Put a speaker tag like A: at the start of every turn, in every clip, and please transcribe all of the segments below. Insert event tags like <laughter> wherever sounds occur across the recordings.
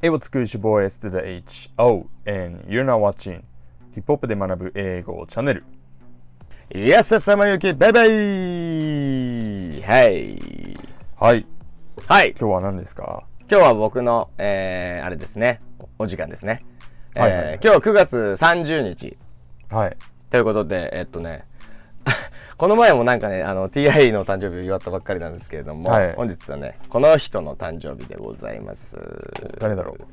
A: Hey, what's good? It's your boy S to the H. Oh, and you're now watching Hip Hop で学ぶ英語チャンネル。
B: Yes, s a m a y u k i bye bye! はい。
A: はい、
B: はい。
A: 今日は何ですか
B: 今日は僕の、えー、あれですね。おお時間ですね。えー
A: はいはいはい
B: 今日は9月30日。
A: はい。
B: ということで、えっとね、 <laughs> この前もなんかね、あの、TI の誕生日を祝ったばっかりなんですけれども、
A: はい
B: 本日はね、この人の誕生日でございます。
A: 誰だろう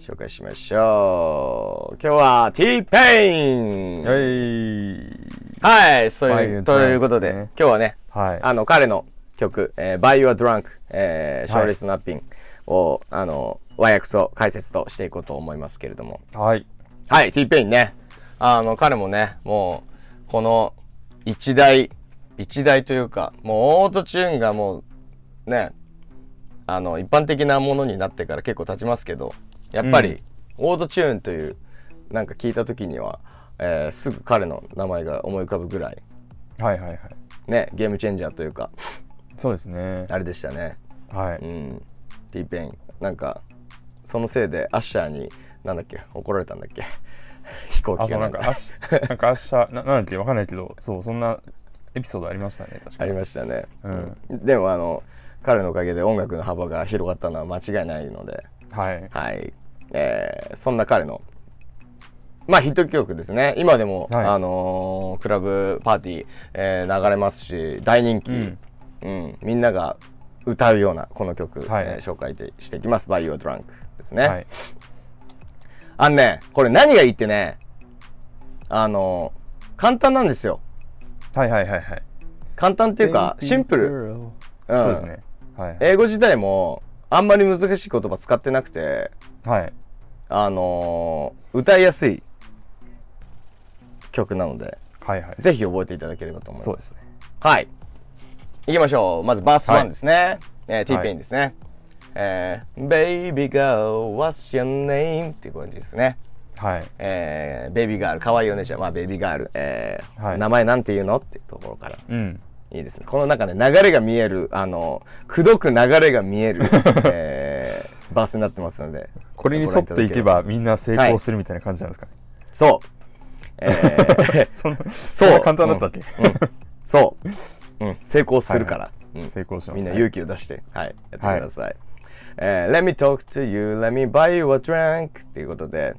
B: 紹介しましょう。今日は T-Pain!
A: はい。
B: はい、そう
A: バイ
B: い
A: ユー
B: う、
A: ドラン
B: と
A: ク
B: いうことで、
A: ですね
B: 今日はね、
A: はい
B: あの、彼の曲、えー、Buy Your Drunk、え
A: はい
B: ー、勝利スナッピングを、あの、和訳と解説としていこうと思いますけれども。
A: はい。
B: はい、T-Pain ね。あの、彼もね、もう、この、一大、一大というか、もうオートチューンがもう、ね、あの、一般的なものになってから結構経ちますけど、やっぱ
A: うん
B: り、オートチューンという、なんか聞いた時には、えーすぐ彼の名前が思い浮かぶぐらい、
A: はいはいはい。
B: ね、ゲームチェンジャーというか、
A: そうですね。
B: あれでしたね。
A: は
B: う
A: い。
B: ん。t ペインなんか、そのせいで、アッシャーに、なんだっけ、怒られたんだっけ。 <laughs> 飛行
A: あ、
B: 機
A: そ
B: が
A: う、なん
B: なん
A: か、
B: か。
A: あし、 <laughs> なんか、あっしゃ、ななんだっけわかんないけど、そう、そんなエピソードありましたね、確
B: あ
A: か
B: り
A: に。
B: ましたね。
A: うん。
B: でも、あの、彼のおかげで音楽の幅が広がったのは間違いないので、
A: はい。
B: はい。えーそんな彼の、まあヒット曲ですね。今でも、
A: はい
B: あのークラブパーティー、えー流れますし、大人気、
A: うん
B: うんみんなが歌うようなこの曲、
A: はい
B: えー紹介でしていきます。By Your Drunk ですね。
A: はい。
B: あのね、これ何がいいってね、あのー簡単なんですよ。
A: はいはいはいはい。っ
B: 簡単っていうか、シンプル。。うん
A: そうですね。はい。
B: 英語自体も、あんまり難しい言葉使ってなくて、
A: はい。
B: あのー歌いやすい曲なので、
A: はいはい。
B: ぜひ覚えていただければと思います。
A: そうですね。
B: はい。行きましょう。まずバース
A: はい
B: 1ですね。えー、
A: はい
B: T-Pain ですね。えー、Baby Girl, what's your name? っていう感じですね。
A: はい。
B: えー、ベイビーガール、可愛いお姉ちゃん、まあベイビーガール、えー
A: はい
B: 名前なんて言うのっていうところから。
A: うん。
B: いいですね。この中で流れが見える、あの、くどく流れが見
A: <laughs>
B: える、えー、バースになってますので。
A: これに沿っていけばみんな成功するみたいな感じなんですかね。
B: そう。え
A: <laughs>
B: ー
A: そんな
B: そ
A: そん
B: う
A: な簡単だったっけ、
B: うんうんそう、うん、成功するから、うん
A: 成功しま
B: み
A: し
B: ん
A: た、
B: な
A: ね。
B: 勇気を出して、はい、やってください、えー Let me talk to you, let me buy you a drink っていうことで、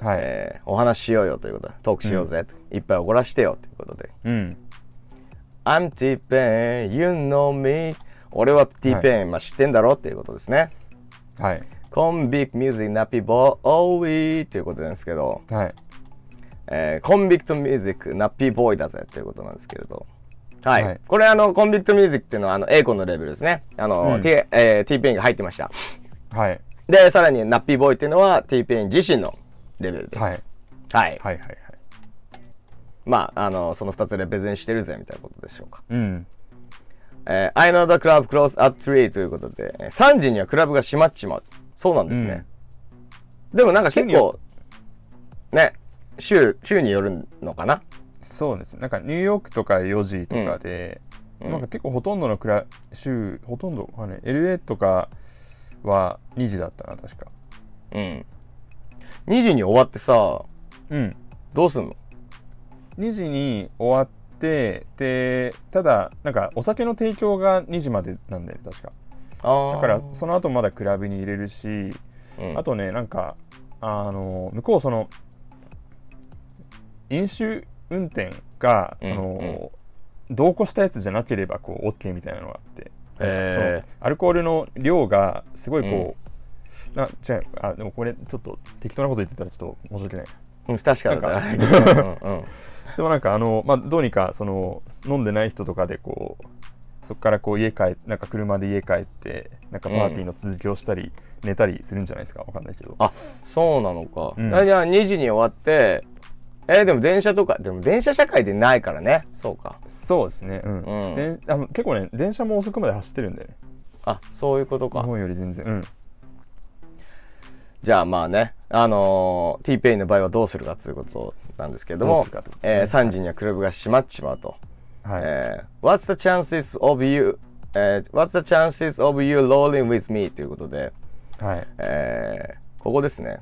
A: はい、
B: えーお話ししようよということでトークしようぜ、といっぱいおごらしてよということで
A: うん。
B: I'm T-Pain, you know me 俺は T-Pain、まあ知ってんだろっていうことですね
A: はい。
B: コンビクミュージックナピボーイということなんですけど、
A: はい。
B: えーコンビクトミュージックナッピーボーイだぜということなんですけれど。はい。
A: はい
B: これあの、コンビクトミュージックっていうのは、あの、エイコンのレーベルですね。あの、
A: うん
B: T、えー、T-Pain が入ってました。
A: はい。
B: で、さらにナッピーボーイっていうのは T-Pain 自身のレベルです。
A: は
B: はいい。
A: はいはいはい。
B: まあ、あの、その2つレベゼンしてるぜみたいなことでしょうか。
A: うん。
B: えー I know the club close at 3ということで、えー3時にはクラブが閉まっちまう。そうなんですね。でもなんか結構、ね、週、週によるのかな
A: そうですね。なんかニューヨークとか4時とかで、なんか結構ほとんどのクラ州、ほとんど、あね、LA とかは2時だったな、確か。
B: うん。2時に終わってさ、
A: うん。
B: どうすんの
A: 2時に終わって、で、ただ、なんかお酒の提供が2時までなんだよね、確か。
B: あ
A: だから、その後まだクラブに入れるし、あとねなんかあの向こうその飲酒運転がその、同行したやつじゃなければこう OK みたいなのがあって、
B: へー
A: そのアルコールの量がすごいこう、な違うあでもこれちょっと適当なこと言ってたらちょっと申し訳ない
B: うん、不確かだから。 <laughs> うんう
A: な
B: ん
A: でもなんかあの、まあ、どうにかその飲んでない人とかでこうそこからこう家帰なんか車で家帰ってなんかパーティーの続きをしたり、寝たりするんじゃないですかわかんないけど
B: あ、そうなのか。
A: うん
B: あじゃあ2時に終わって、えーでも電車とか、でも電車社会でないからね。そうか。
A: そうですね、うん
B: うん
A: でんあの結構ね電車も遅くまで走ってるんでね
B: あ、そういうこと
A: 日
B: か。
A: 本より全然、うん、
B: じゃあまあね、あのー、T-Pain の場合はどうするかということなんですけれど
A: どう
B: も
A: するかってこと、
B: えー
A: です
B: 3時にはクラブが閉まっちまうと。
A: はい、
B: えー What's the chances of you、えー What's the chances of you rolling with me? ということで、
A: はい
B: えーここですね。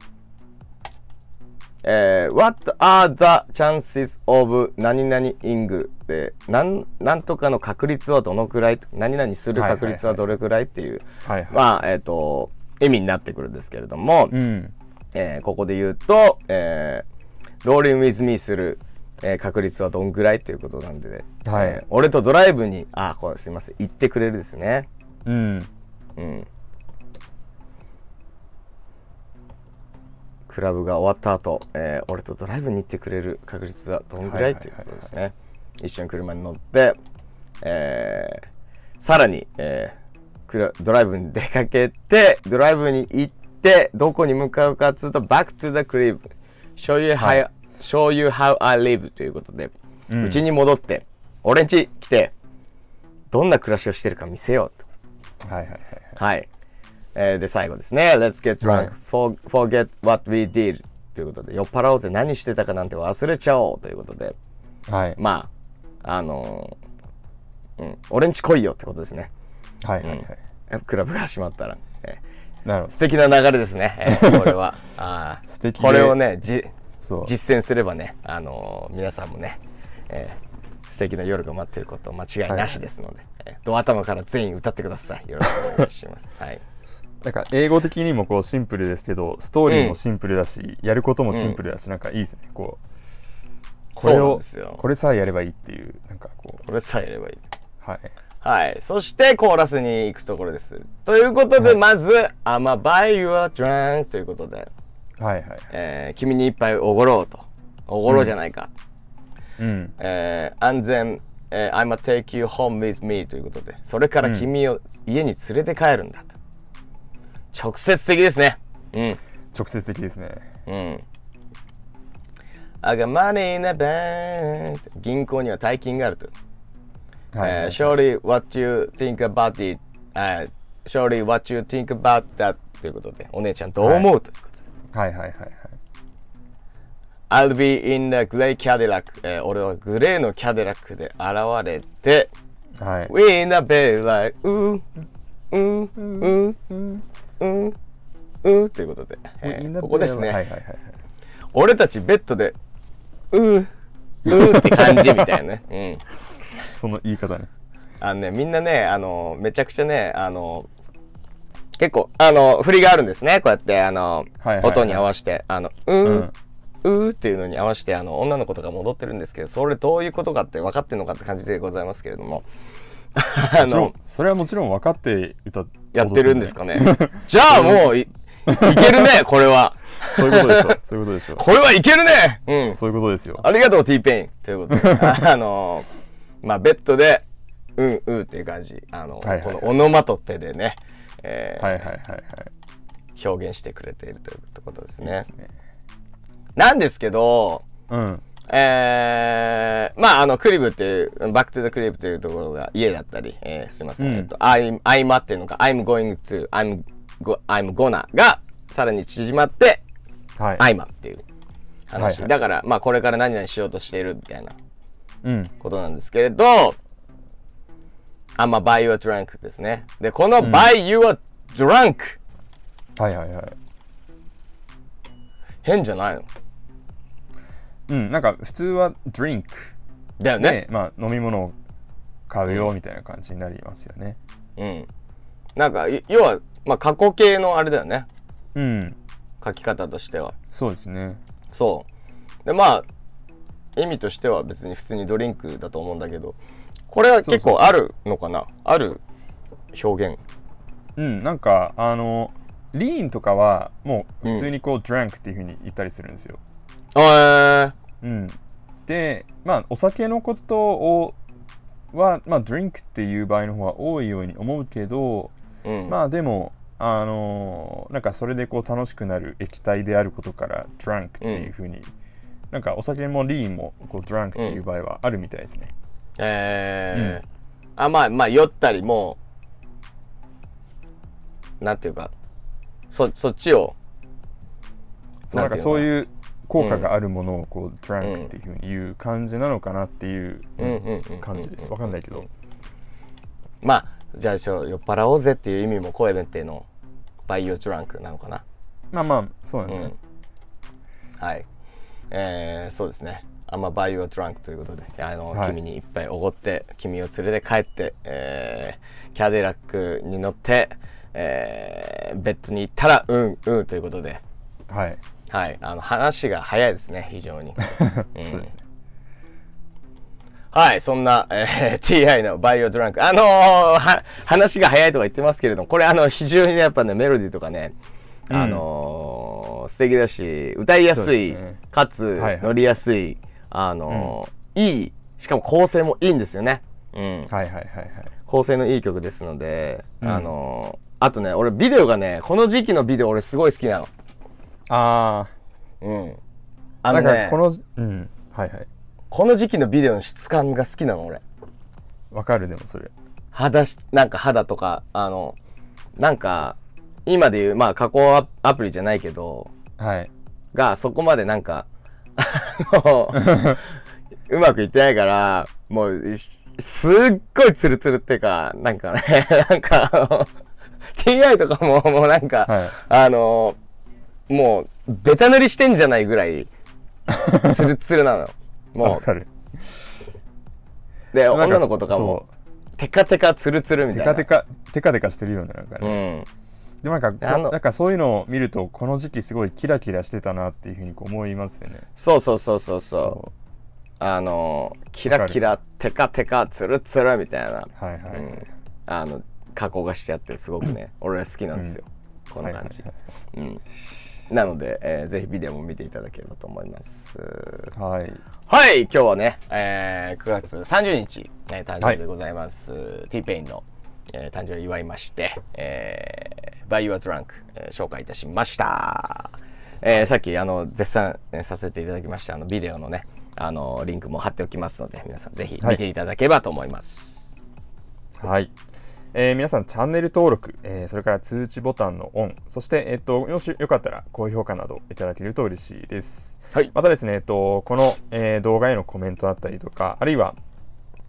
B: えー What are the chances of 何々 ing で、なん、なんとかの確率はどのくらい、何々する確率はどれくらいっていう、
A: はいはい。
B: まあ、えっ、と、意味になってくるんですけれども、
A: うん。
B: えーここで言うと、えー、ローリング with me する、えー確率はどんぐらいっていうことなんで、ね
A: はい
B: えー俺とドライブに、あ、これすいません、行ってくれるですね。
A: うん。
B: うん。クラブが終わった後、えー俺とドライブに行ってくれる確率はどんぐら
A: はいいはい
B: と
A: いうはいは
B: こ
A: い
B: とですね。一緒に車に乗って、えーさらに、えークラドライブに出かけて、ドライブに行って、どこに向かうかっつうと、back to the crib。show you how,、
A: はい
B: show you how I live ということで、
A: ん
B: うち、に戻って、俺ん家来て、どんな暮らしをしてるか見せようと。
A: はいはいはいはい。
B: はい。えーで、最後ですね。Let's get
A: はい
B: drunk, for, forget what we did. ということで、酔っ払おうぜ、何してたかなんて忘れちゃおうということで、
A: はい。
B: まあ、あのーうん、俺んち来いよってことですね。
A: はいはいはい。
B: えクラブが始まったら。えー
A: なるほど
B: 素。敵な流れですね、えーこれ
A: <laughs>
B: は。あー
A: 素敵で
B: これをね、じ
A: そう。
B: 実践すればね、あのー皆さんもね、えー素敵な夜が待っていること間違いなしですので、えードア頭から全員歌ってください。よろしくお願いします。はい。
A: なんか英語的にもこうシンプルですけど、ストーリーもシンプルだし、やることもシンプルだし、なんかいいですね。こう、これ
B: そうなん
A: を
B: ですよ、
A: これさえやればいいっていう、なんかこう、
B: これさえやればいい。
A: はい。
B: はい。そして、コーラスに行くところです。ということで、まず、I'm a buy you a drink ということで、
A: はいはいはい。
B: えー君に一杯おごろうと。おごろうじゃないか。
A: うん。
B: えー、安全、えー I'm a take you home with me ということで、それから君を家に連れて帰るんだと。直接的ですね。うん。
A: 直接的ですね。
B: うん。I got money in a bank. 銀行には大金があると。
A: はいはい、
B: えー Surely what you think about it、えー Surely what you think about that ということでお姉ちゃんどう思う、ということで
A: はいはいはいはい。
B: I'll be in the grey Cadillac、えー俺はグレーのキャデラックで現れて
A: はい。
B: We in a bed like うーうーうーうーうーということで、えーここですね、
A: はいはいはいはい。
B: 俺たちベッドでうーうーって感じみたいなね、うん、
A: その言い方ね。
B: あのね、みんなね、あの、めちゃくちゃね、あの、結構、あの、振りがあるんですね。こうやって、あの、
A: はいはいはい
B: 音に合わせて、あの、うー、
A: うん
B: うーっていうのに合わせて、あの、女の子とか戻ってるんですけど、それどういうことかって分かってんのかって感じでございますけれども、 <laughs> あ
A: もちろん
B: の、
A: それはもちろん分かって歌っ
B: やってるんですかね。じ
A: ゃ
B: ゃあ
A: あも
B: もうい、いけるね、これは。
A: そういうことでし
B: <laughs>
A: ょ。そういうことでしょ。
B: これはいけるねうん。
A: そういうことですよ。
B: ありがとう、T ペインとい
A: <laughs>
B: うことで、あのまあ、ベッドで、うん、うんっていう感じ、あの、
A: はいはいはい
B: このオノマトペでね、えー
A: はいはいはいはい。
B: 表現してくれているということですね。
A: ですね。
B: なんですけど、
A: うん。
B: えー、まあ、あの、クリブっていう、バックトゥザクリブというところが家だったり、えー、すいません、
A: うん
B: えっと、I'm, I'm っていうのが、I'm going to, I'm, go, I'm gonna が、さらに縮まって、
A: はい。
B: I'm っていう話。
A: はいはい
B: だから、まあ、これから何々しようとしているみたいな
A: うん。
B: ことなんですけれど、あんま buy your drunk ですね。で、この buy your drunk、
A: はいはいはい。
B: 変じゃないの
A: うん。なんか普通は drink
B: だよね
A: で、まあ飲み物を買うよみたいな感じになりますよね。
B: うん。なんか、い要は、まあ、過去形のあれだよね。
A: うん。
B: 書き方としては。
A: そうですね。
B: そう。で、まあ、意味としては別に普通にドリンクだと思うんだけど、これは結構あるのかなある表現。
A: うん。なんかあのリーンとかはもう普通にこう drunk っていうふうに言ったりするんですよ。
B: えー、
A: うん、でまあお酒のことをはまあドリンクっていう場合の方が多いように思うけど、
B: うん。
A: まあでもあのーなんかそれでこう楽しくなる液体であることからドランクっていうふうに、なんかお酒もリーンもこうドランクっていう場合はあるみたいですね、
B: えーあ、まあ、まあ、酔ったりもう、なんていうか、そ、そっちを、
A: そうなんか
B: なんていうの
A: そういう効果があるものをこうドランクっていうふうに言う感じなのかなっていう
B: うんうんうんうん
A: 感じですわかんないけど
B: まあ、じゃあ、ちょ、酔っ払おうぜっていう意味も声でっていうの、バイオドランクなのかな
A: まあまあそうなんですね、
B: うん、はい、えー、そうですね「I'm a buy you a drunk」ということであの、
A: はい
B: 君にいっぱいおごって君を連れて帰って、えーキャデラックに乗って、えーベッドに行ったら「うんうん」ということで、
A: はい、
B: はい、あの話が早いですね非常にうん
A: そうですね
B: はいそんな、えー <laughs> TI の「バイオドランク」あのーは話が早いとか言ってますけれどもこれあの非常にねやっぱねメロディーとかね、
A: うん
B: あのー素敵だし歌いやすい
A: そうですね
B: かつ
A: はいはい
B: 乗りやすい、あのーいいしかも構成もいいんですよね、う
A: はいは
B: ん、
A: いはいはい
B: 構成のいい曲ですので、
A: うん
B: あのーあとね俺ビデオがねこの時期のビデオ俺すごい好きなの。
A: あ
B: うん、
A: あ
B: あ
A: な
B: の
A: ん
B: ね
A: かこのうんはいはい
B: この時期のビデオの質感が好きなの俺
A: わかるでもそれ
B: 肌しなんか肌とかあのなんか今でいうまあ加工アアプリじゃないけど
A: はい
B: がそこまでなんかあのうまくいってないからもうしすっごいツルツルっていうかなんかねなんかあの TI とかももうなんか、
A: はい
B: あのもうベタ塗りしてんじゃないぐらいツルツルなの
A: わ
B: も
A: かる
B: うで
A: なん
B: 女の子とか
A: そ
B: も
A: う
B: テカテカツルツルみた
A: テ
B: い
A: カ
B: な
A: テカテカテカしてるよねなんか
B: う
A: ね、
B: ん
A: でもなんか
B: あの
A: こなんかそういうのを見るとこの時期すごいキラキラしてたなっていうふうにこう思いますよね
B: そうそうそうそうそう
A: そ
B: あのキラキラテカテカツルツルみたいな
A: うはいはい、はい
B: うんあの加工がしてあってすごくね俺は好きなんですよ、この
A: はい
B: 感じ、うん、なので、えーぜひビデオも見ていただければと思います
A: はいはい
B: はい今日はね、えー9月30日、えー誕生日でございます、TPAIN の、えー誕生日を祝いまして「えー、By Your Drunk、えー紹介いたしました、えーさっきあの絶賛、えーさせていただきましたあのビデオのねあのリンクも貼っておきますので皆さんぜひ見ていただければと思います、
A: はいえー皆さんチャンネル登録、えーそれから通知ボタンのオンそして、えっともしよかったら高評価などいただけると嬉しいです
B: はい
A: またですね、えっと、この、えー動画へのコメントだったりとか、あるいは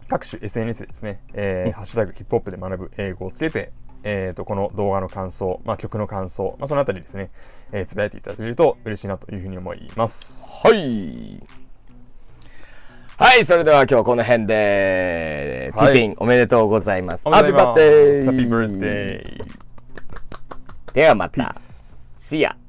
A: 各種 SNS ですね、えーハッシュタグヒップホップで学ぶ英語をつけて、えー、とこの動画の感想、まあ、曲の感想、まあ、そのあたりですね、えーつぶやいていただけると嬉しいなというふうに思います。
B: はい。はい、それでは今日はこの辺で、
A: はい
B: ティピンおめでとうございます。
A: おめでとうございます
B: Happy birthday
A: Happy birthday!
B: ではまた。
A: Peace!
B: See ya!